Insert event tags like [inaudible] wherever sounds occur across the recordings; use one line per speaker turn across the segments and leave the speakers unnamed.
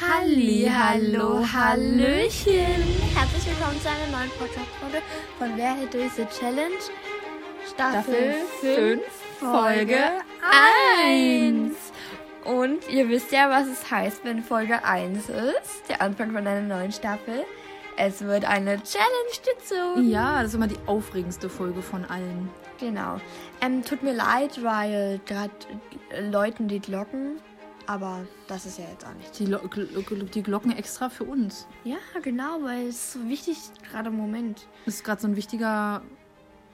Halli, hallo, Hallöchen.
Herzlich willkommen zu einer neuen Podcast-Folge von Wer hätte diese Challenge?
Staffel
fünf,
5, Folge
eins.
1. Und ihr wisst ja, was es heißt, wenn Folge 1 ist, der Anfang von einer neuen Staffel. Es wird eine Challenge dazu.
Ja, das ist immer die aufregendste Folge von allen.
Genau. Ähm, tut mir leid, weil gerade läuten die Glocken, aber das ist ja jetzt auch nicht.
Die, Lo Gl- Gl- die Glocken extra für uns.
Ja, genau, weil es so wichtig gerade im Moment.
Das ist gerade so ein wichtiger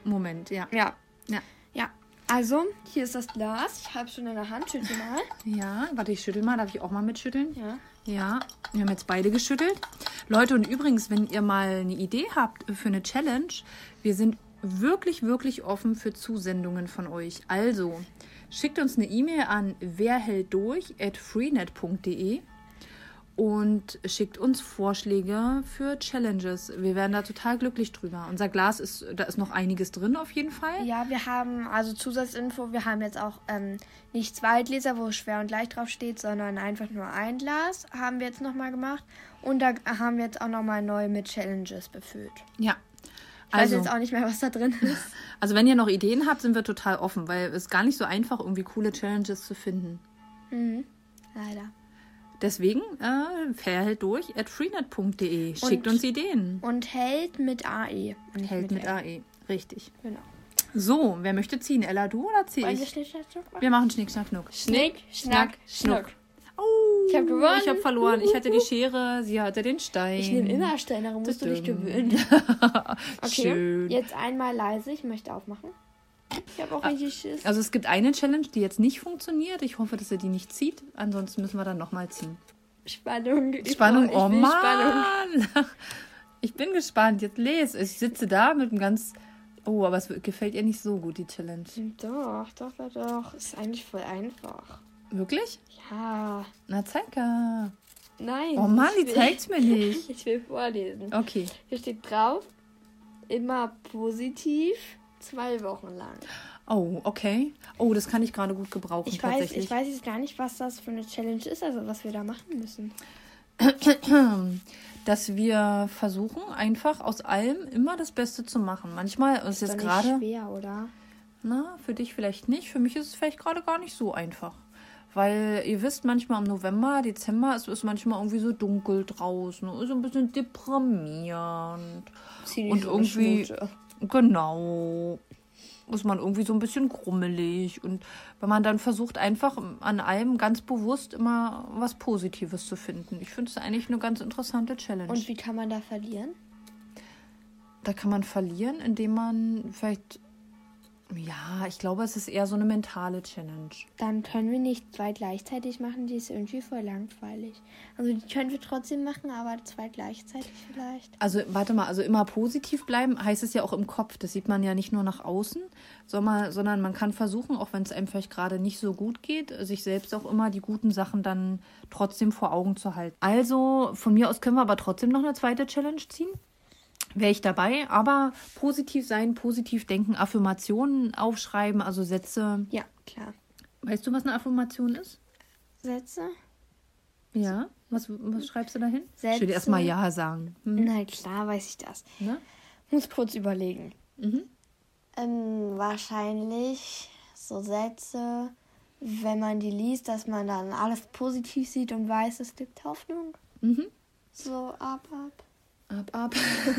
Moment, ja.
Ja.
Ja.
Ja. Also, hier ist das Glas. Ich habe schon in der Hand. Schüttel mal.
Ja, warte, ich schüttel mal. Darf ich auch mal mitschütteln?
Ja.
Ja, wir haben jetzt beide geschüttelt. Leute, und übrigens, wenn ihr mal eine Idee habt für eine Challenge, wir sind wirklich, wirklich offen für Zusendungen von euch. Also, schickt uns eine E-Mail an werhältdurch.freenet.de und schickt uns Vorschläge für Challenges. Wir wären da total glücklich drüber. Unser Glas ist, da ist noch einiges drin auf jeden Fall.
Ja, wir haben also Zusatzinfo, wir haben jetzt auch ähm, nicht zwei Gläser, wo schwer und leicht drauf steht, sondern einfach nur ein Glas haben wir jetzt nochmal gemacht. Und da haben wir jetzt auch nochmal neu mit Challenges befüllt.
Ja.
Ich weiß Also, jetzt auch nicht mehr, was da drin ist.
Also wenn ihr noch Ideen habt, sind wir total offen, weil es gar nicht so einfach irgendwie coole Challenges zu finden.
[laughs] Leider.
Deswegen äh, verhält durch at freenet.de. Schickt
Und-
uns Ideen.
Und hält mit AE. und nicht
Hält mit
L.
AE. Richtig.
Genau.
So, wer möchte ziehen? Ella, du oder zieh
Wollen wir
ich?
Schnick, Schnack, Schnuck machen?
Wir machen Schnick, Schnack, Schnuck.
Schnick, Schnack, Schnuck.
Oh,
Ich hab gewonnen.
Ich habe verloren. Ich hatte die Schere, sie hatte den Stein.
Ich nehme immer Stein, daran musst du dich
Tü-tüm.
gewöhnen.
[laughs]
Okay,
Schön.
jetzt einmal leise, ich möchte aufmachen. Ich habe auch richtig Schiss.
Also es gibt eine Challenge, die jetzt nicht funktioniert. Ich hoffe, dass ihr die nicht zieht. Ansonsten müssen wir dann nochmal ziehen.
Spannung. Ich
Spannung,
brauch- ich
oh
will
Mann.
Spannung.
[laughs] Ich bin gespannt. Jetzt les. Ich sitze da mit einem ganz... Oh, aber es gefällt ihr nicht so gut, die Challenge.
Doch, doch, doch, doch. Ist eigentlich voll einfach.
Wirklich?
Ja.
Na, zeige.
Nein.
Oh Mann, die Oh.
ich will-
zeigt's mir nicht.
[laughs] Ich will vorlesen.
Okay.
Hier steht drauf, immer positiv, zwei Wochen lang.
Oh, okay. Oh, das kann ich gerade gut gebrauchen,
Ich weiß,
tatsächlich.
ich weiß jetzt gar nicht, was das für eine Challenge ist, also was wir da machen müssen.
Dass wir versuchen, einfach aus allem immer das Beste zu machen. Manchmal ist
Doch
jetzt
nicht
gerade,
schwer, oder?
na, für dich vielleicht nicht. Für mich ist es vielleicht gerade gar nicht so einfach. Weil ihr wisst, manchmal im November, Dezember es ist manchmal irgendwie so dunkel draußen. Ist so ein bisschen deprimierend.
Zieh
Und irgendwie, genau, ist man irgendwie so ein bisschen grummelig. Und wenn man dann versucht, einfach an allem ganz bewusst immer was Positives zu finden. Ich finde es eigentlich eine ganz interessante Challenge.
Und wie kann man da verlieren?
da kann man verlieren, indem man vielleicht, ja, ich glaube, es ist eher so eine mentale Challenge.
Dann können wir nicht zwei gleichzeitig machen, die ist irgendwie voll langweilig. Also die können wir trotzdem machen, aber zwei gleichzeitig vielleicht.
Also, warte mal, also immer positiv bleiben heißt es ja auch im Kopf. Das sieht man ja nicht nur nach außen, sondern sondern man kann versuchen, auch wenn es einem vielleicht gerade nicht so gut geht, sich selbst auch immer die guten Sachen dann trotzdem vor Augen zu halten. Also, von mir aus können wir aber trotzdem noch eine zweite Challenge ziehen. Wäre ich dabei, aber positiv sein, positiv denken, Affirmationen aufschreiben, also Sätze.
Ja, klar.
Weißt du, was eine Affirmation ist?
Sätze?
Ja. Was, was schreibst du dahin?
Sätze.
Ich würde erstmal Ja sagen. Hm,
Na klar, weiß ich das.
ne?
Muss kurz überlegen.
Mhm.
Ähm, wahrscheinlich so Sätze, wenn man die liest, dass man dann alles positiv sieht und weiß, es gibt Hoffnung.
Mhm.
So ab, ab.
Ab, ab.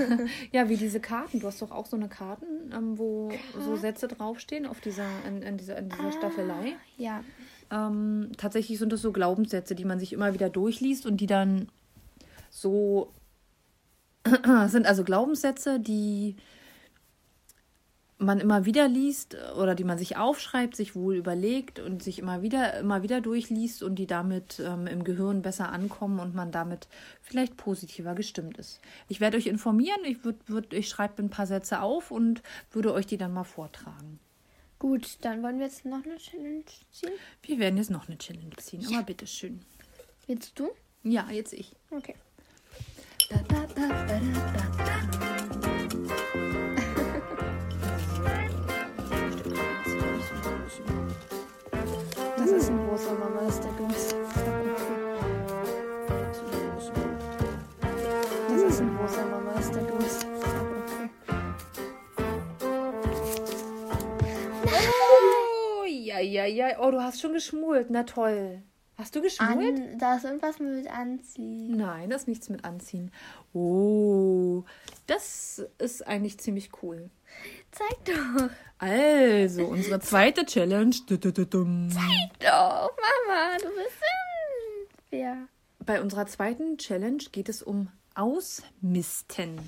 [laughs] ja, wie diese Karten. Du hast doch auch so eine Karten, ähm, wo so Sätze draufstehen auf dieser, in, in dieser, in dieser Staffelei.
Ja.
Ähm, tatsächlich sind das so Glaubenssätze, die man sich immer wieder durchliest und die dann so [clears throat] sind also Glaubenssätze, die man immer wieder liest oder die man sich aufschreibt, sich wohl überlegt und sich immer wieder, immer wieder durchliest und die damit ähm, im Gehirn besser ankommen und man damit vielleicht positiver gestimmt ist. Ich werde euch informieren, ich, würd, würd, ich schreibe ein paar Sätze auf und würde euch die dann mal vortragen.
Gut, dann wollen wir jetzt noch eine Challenge ziehen.
Wir werden jetzt noch eine Challenge ziehen, aber bitteschön.
Willst du?
Ja, jetzt ich.
Okay.
Das
Das ist ein großer Mama, das ist der größte.
ja, oh, du hast schon geschmult. Na toll. Hast du geschmult?
An, Hm, da ist irgendwas mit Anziehen.
Nein, das ist nichts mit Anziehen. Oh, das ist eigentlich ziemlich cool.
Zeig doch.
Also, unsere zweite Challenge. Dü- dü- dü- dum.
Doch, Mama, du bist unfair.
Bei unserer zweiten Challenge geht es um Ausmisten.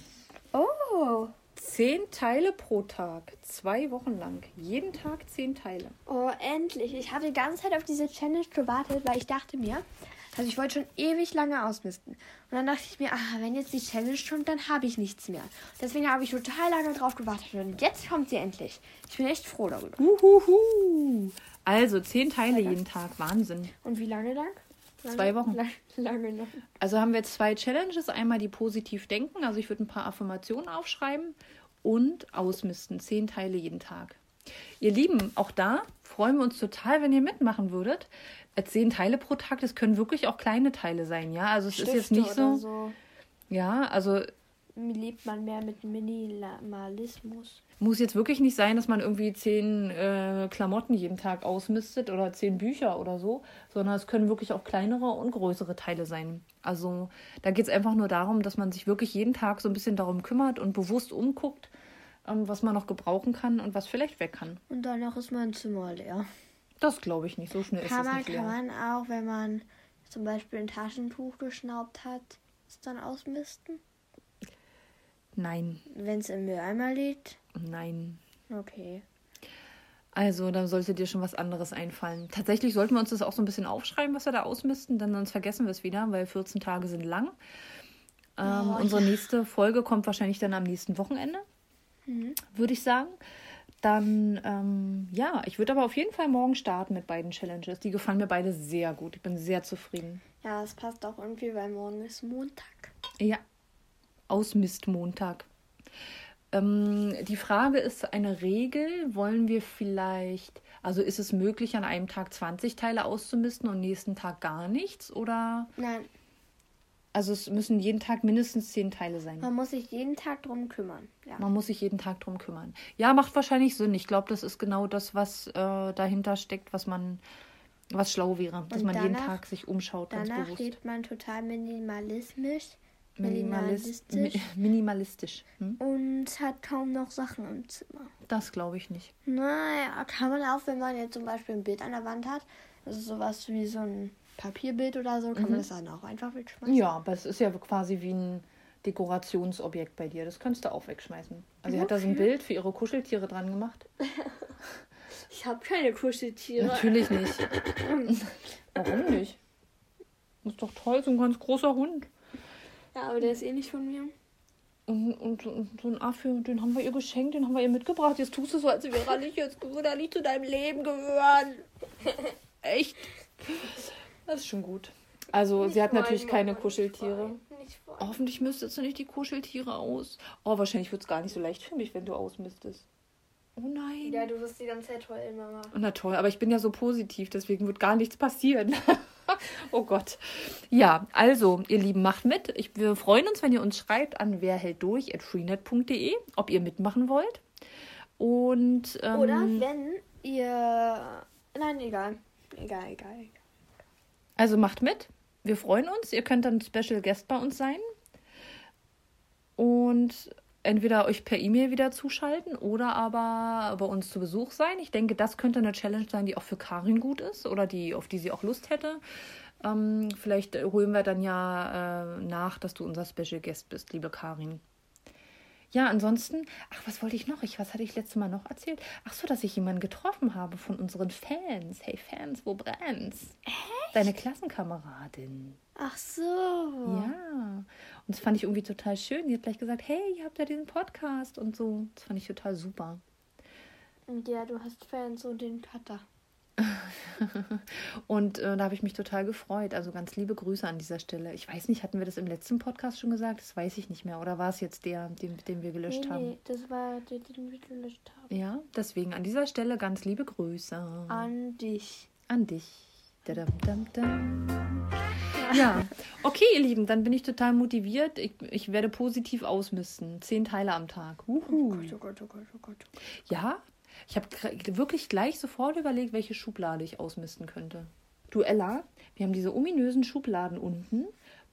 Oh.
Zehn Teile pro Tag, zwei Wochen lang. Jeden Tag zehn Teile.
Oh, endlich. Ich habe die ganze Zeit auf diese Challenge gewartet, weil ich dachte mir,
Also ich wollte schon ewig lange ausmisten. Und dann dachte ich mir, ah, wenn jetzt die Challenge kommt, dann habe ich nichts mehr. Deswegen habe ich total lange drauf gewartet und jetzt kommt sie endlich. Ich bin echt froh darüber.
Uhuhu. Also zehn Teile jeden Tag, Wahnsinn.
Und wie lange lang? Lange-
Zwei Wochen.
Lang, lange noch.
Also haben wir jetzt zwei Challenges. Einmal die positiv denken, also ich würde ein paar Affirmationen aufschreiben und ausmisten. Zehn Teile jeden Tag. Ihr Lieben, auch da freuen wir uns total, wenn ihr mitmachen würdet. Äh, Zehn Teile pro Tag, das können wirklich auch kleine Teile sein, ja. Also es ist jetzt
Stifte
nicht so,
oder so.
Ja, also
lebt man mehr mit Minimalismus.
muss jetzt wirklich nicht sein, dass man irgendwie zehn äh, Klamotten jeden Tag ausmistet oder zehn Bücher oder so, sondern es können wirklich auch kleinere und größere Teile sein. Also da geht es einfach nur darum, dass man sich wirklich jeden Tag so ein bisschen darum kümmert und bewusst umguckt, ähm, was man noch gebrauchen kann und was vielleicht weg kann.
Und danach ist mein Zimmer leer.
Das glaube ich nicht, so schnell
Kann
ist es
man,
nicht
kann man
leer.
auch, wenn man zum Beispiel ein Taschentuch geschnaubt hat, es dann ausmisten?
Nein,
Wenn es im Mülleimer liegt,
nein.
okay.
Also, da sollte dir schon was anderes einfallen. Tatsächlich sollten wir uns das auch so ein bisschen aufschreiben, was wir da ausmisten, denn sonst vergessen wir es wieder, weil 14 Tage sind lang. Ähm, unsere nächste Folge kommt wahrscheinlich dann am nächsten Wochenende, würde ich sagen. Dann, ähm, ja, ich würde aber auf jeden Fall morgen starten mit beiden Challenges. Die gefallen mir beide sehr gut. Ich bin sehr zufrieden.
Ja, es passt auch irgendwie, weil morgen ist Montag.
Ja, Ausmistmontag. Ähm, die Frage ist eine Regel. Wollen wir vielleicht, also ist es möglich, an einem Tag 20 Teile auszumisten und nächsten Tag gar nichts? Oder,
Nein,
also es müssen jeden Tag mindestens 10 Teile sein.
man muss sich jeden Tag drum kümmern. Ja.
Man muss sich jeden Tag drum kümmern. Ja, macht wahrscheinlich Sinn. Ich glaube, das ist genau das, was äh, dahinter steckt, was man, was schlau wäre, dass
Und
man jeden
danach-
Tag sich umschaut, ganz
Danach
bewusst.
lebt man total minimalistisch,
Minimalis- mi- [laughs]
minimalistisch
minimalistisch. Hm?
und hat kaum noch Sachen im Zimmer.
Das glaube ich nicht.
Naja, kann man auch, wenn man jetzt zum Beispiel ein Bild an der Wand hat, also sowas wie so ein Papierbild oder so, kann man das dann auch einfach wegschmeißen.
Mhm. Ja, aber es ist ja quasi wie ein Dekorationsobjekt bei dir. Das kannst du auch wegschmeißen. Also, sie hat da so ein Bild für ihre Kuscheltiere dran gemacht.
Ich habe keine Kuscheltiere.
Natürlich nicht. Warum nicht? Ist doch toll, so ein ganz großer Hund.
Ja, aber der ist eh nicht von mir.
Und, und, und so ein Affe, den haben wir ihr geschenkt, den haben wir ihr mitgebracht. Jetzt tust du so, als wäre er nicht, als würde er nicht zu deinem Leben gehören. Echt? Das ist schon gut. Also, sie hat natürlich keine Kuscheltiere. Oh.
Nicht vor.
Hoffentlich müsstest du nicht die Kuscheltiere aus. Oh, wahrscheinlich wird es gar nicht so leicht für mich, wenn du ausmistest. Oh nein.
Ja, du wirst die ganze Zeit heulen, Mama.
Na toll, aber ich bin ja so positiv, deswegen wird gar nichts passieren. [laughs] oh Gott. Ja, also, ihr Lieben, macht mit. Ich, wir freuen uns, wenn ihr uns schreibt an werhältdurch.freenet.de, ob ihr mitmachen wollt. Und ähm,
Oder wenn ihr. Nein, egal. Egal, egal. egal.
also macht mit. Wir freuen uns. Ihr könnt dann Special Guest bei uns sein. Und entweder euch per E-Mail wieder zuschalten oder aber bei uns zu Besuch sein. Ich denke, das könnte eine Challenge sein, die auch für Karin gut ist oder die, auf die sie auch Lust hätte. Ähm, vielleicht holen wir dann ja äh, nach, dass du unser Special Guest bist, liebe Karin. Ja, ansonsten, ach, was wollte ich noch? Ich, was hatte ich letztes Mal noch erzählt? Ach so, dass ich jemanden getroffen habe von unseren Fans. Hey Fans, wo brennt's? Deine Klassenkameradin.
Ach so.
Ja. Und das fand ich irgendwie total schön. Die hat gleich gesagt, hey, ihr habt ja diesen Podcast und so. Das fand ich total super. [laughs]
Und ja, du hast Fans und den Cutter.
Und äh, da habe ich mich total gefreut. Also ganz liebe Grüße an dieser Stelle. Ich weiß nicht, hatten wir das im letzten Podcast schon gesagt? Das weiß ich nicht mehr. Oder war es jetzt der, den, den wir gelöscht
Nee,
haben?
nee, das war der, den wir gelöscht haben.
Ja, deswegen an dieser Stelle ganz liebe Grüße
An dich.
an dich. Dadam, dam, dam. Ja, okay, ihr Lieben, dann bin ich total motiviert. Ich, ich werde positiv ausmisten. Zehn Teile am Tag.
Oh
Uhu.
Gott, oh Gott, oh Gott, oh Gott.
Ja, Ich habe wirklich gleich sofort überlegt, welche Schublade ich ausmisten könnte. Du Ella, wir haben diese ominösen Schubladen unten,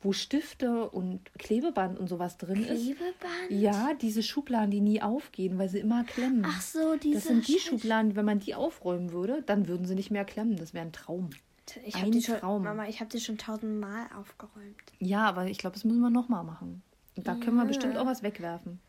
wo Stifte und Klebeband und sowas drin ist.
Klebeband?
Ja, diese Schubladen, die nie aufgehen, weil sie immer klemmen.
Ach so, diese
das sind die
Scheiß-
Schubladen, wenn man die aufräumen würde, dann würden sie nicht mehr klemmen. Das wäre ein Traum.
Ich
Ein
hab die schon,
Traum.
Mama, ich habe die schon tausendmal aufgeräumt.
Ja, aber ich glaube, das müssen wir nochmal machen. Und Da können wir bestimmt auch was wegwerfen.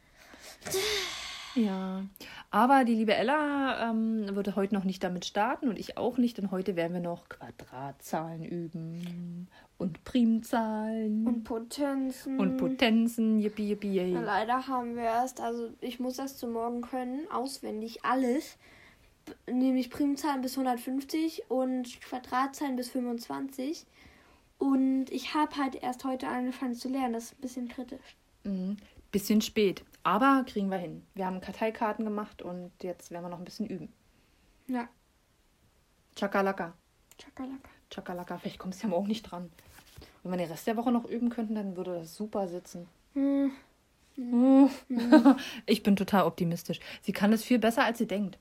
Ja, aber die liebe Ella ähm, würde heute noch nicht damit starten und ich auch nicht, denn heute werden wir noch Quadratzahlen üben und Primzahlen und,
Und Potenzen.
Potenzen. Yippie, yippie, yay.
Na, Leider haben wir erst, also ich muss das zu morgen können, auswendig alles. B- Nämlich Primzahlen bis 150 und Quadratzahlen bis 25. Und ich habe halt erst heute angefangen zu lernen. Das ist ein bisschen kritisch.
Mhm. Bisschen spät, aber kriegen wir hin. Wir haben Karteikarten gemacht und jetzt werden wir noch ein bisschen üben.
Ja,
Chakalaka,
Chakalaka.
chakalaka. Vielleicht kommst du ja morgen nicht dran. Wenn wir den Rest der Woche noch üben könnten, dann würde das super sitzen.
Hm,
[laughs] Ich bin total optimistisch. Sie kann es viel besser, als sie denkt.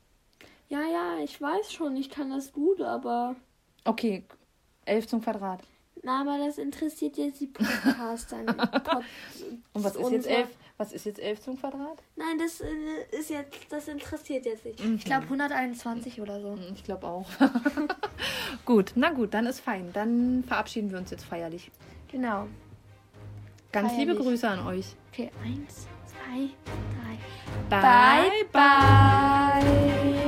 Ja, ja, ich weiß schon, ich kann das gut, aber.
Okay, 11 zum Quadrat.
Na, aber das interessiert jetzt die Podcaster. nicht. Pod
[laughs]
Und was ist jetzt
unsere-
11? Was ist jetzt 11 zum Quadrat?
Nein, das äh, ist jetzt, das interessiert jetzt nicht.
Ich glaube 121 oder so.
Ich glaube auch. [laughs] gut, na gut, dann ist fein. Dann verabschieden wir uns jetzt feierlich.
Genau.
Ganz liebe
Feierlich.
Grüße an euch.
Okay, eins, zwei, drei.
bye. bye.
Bye.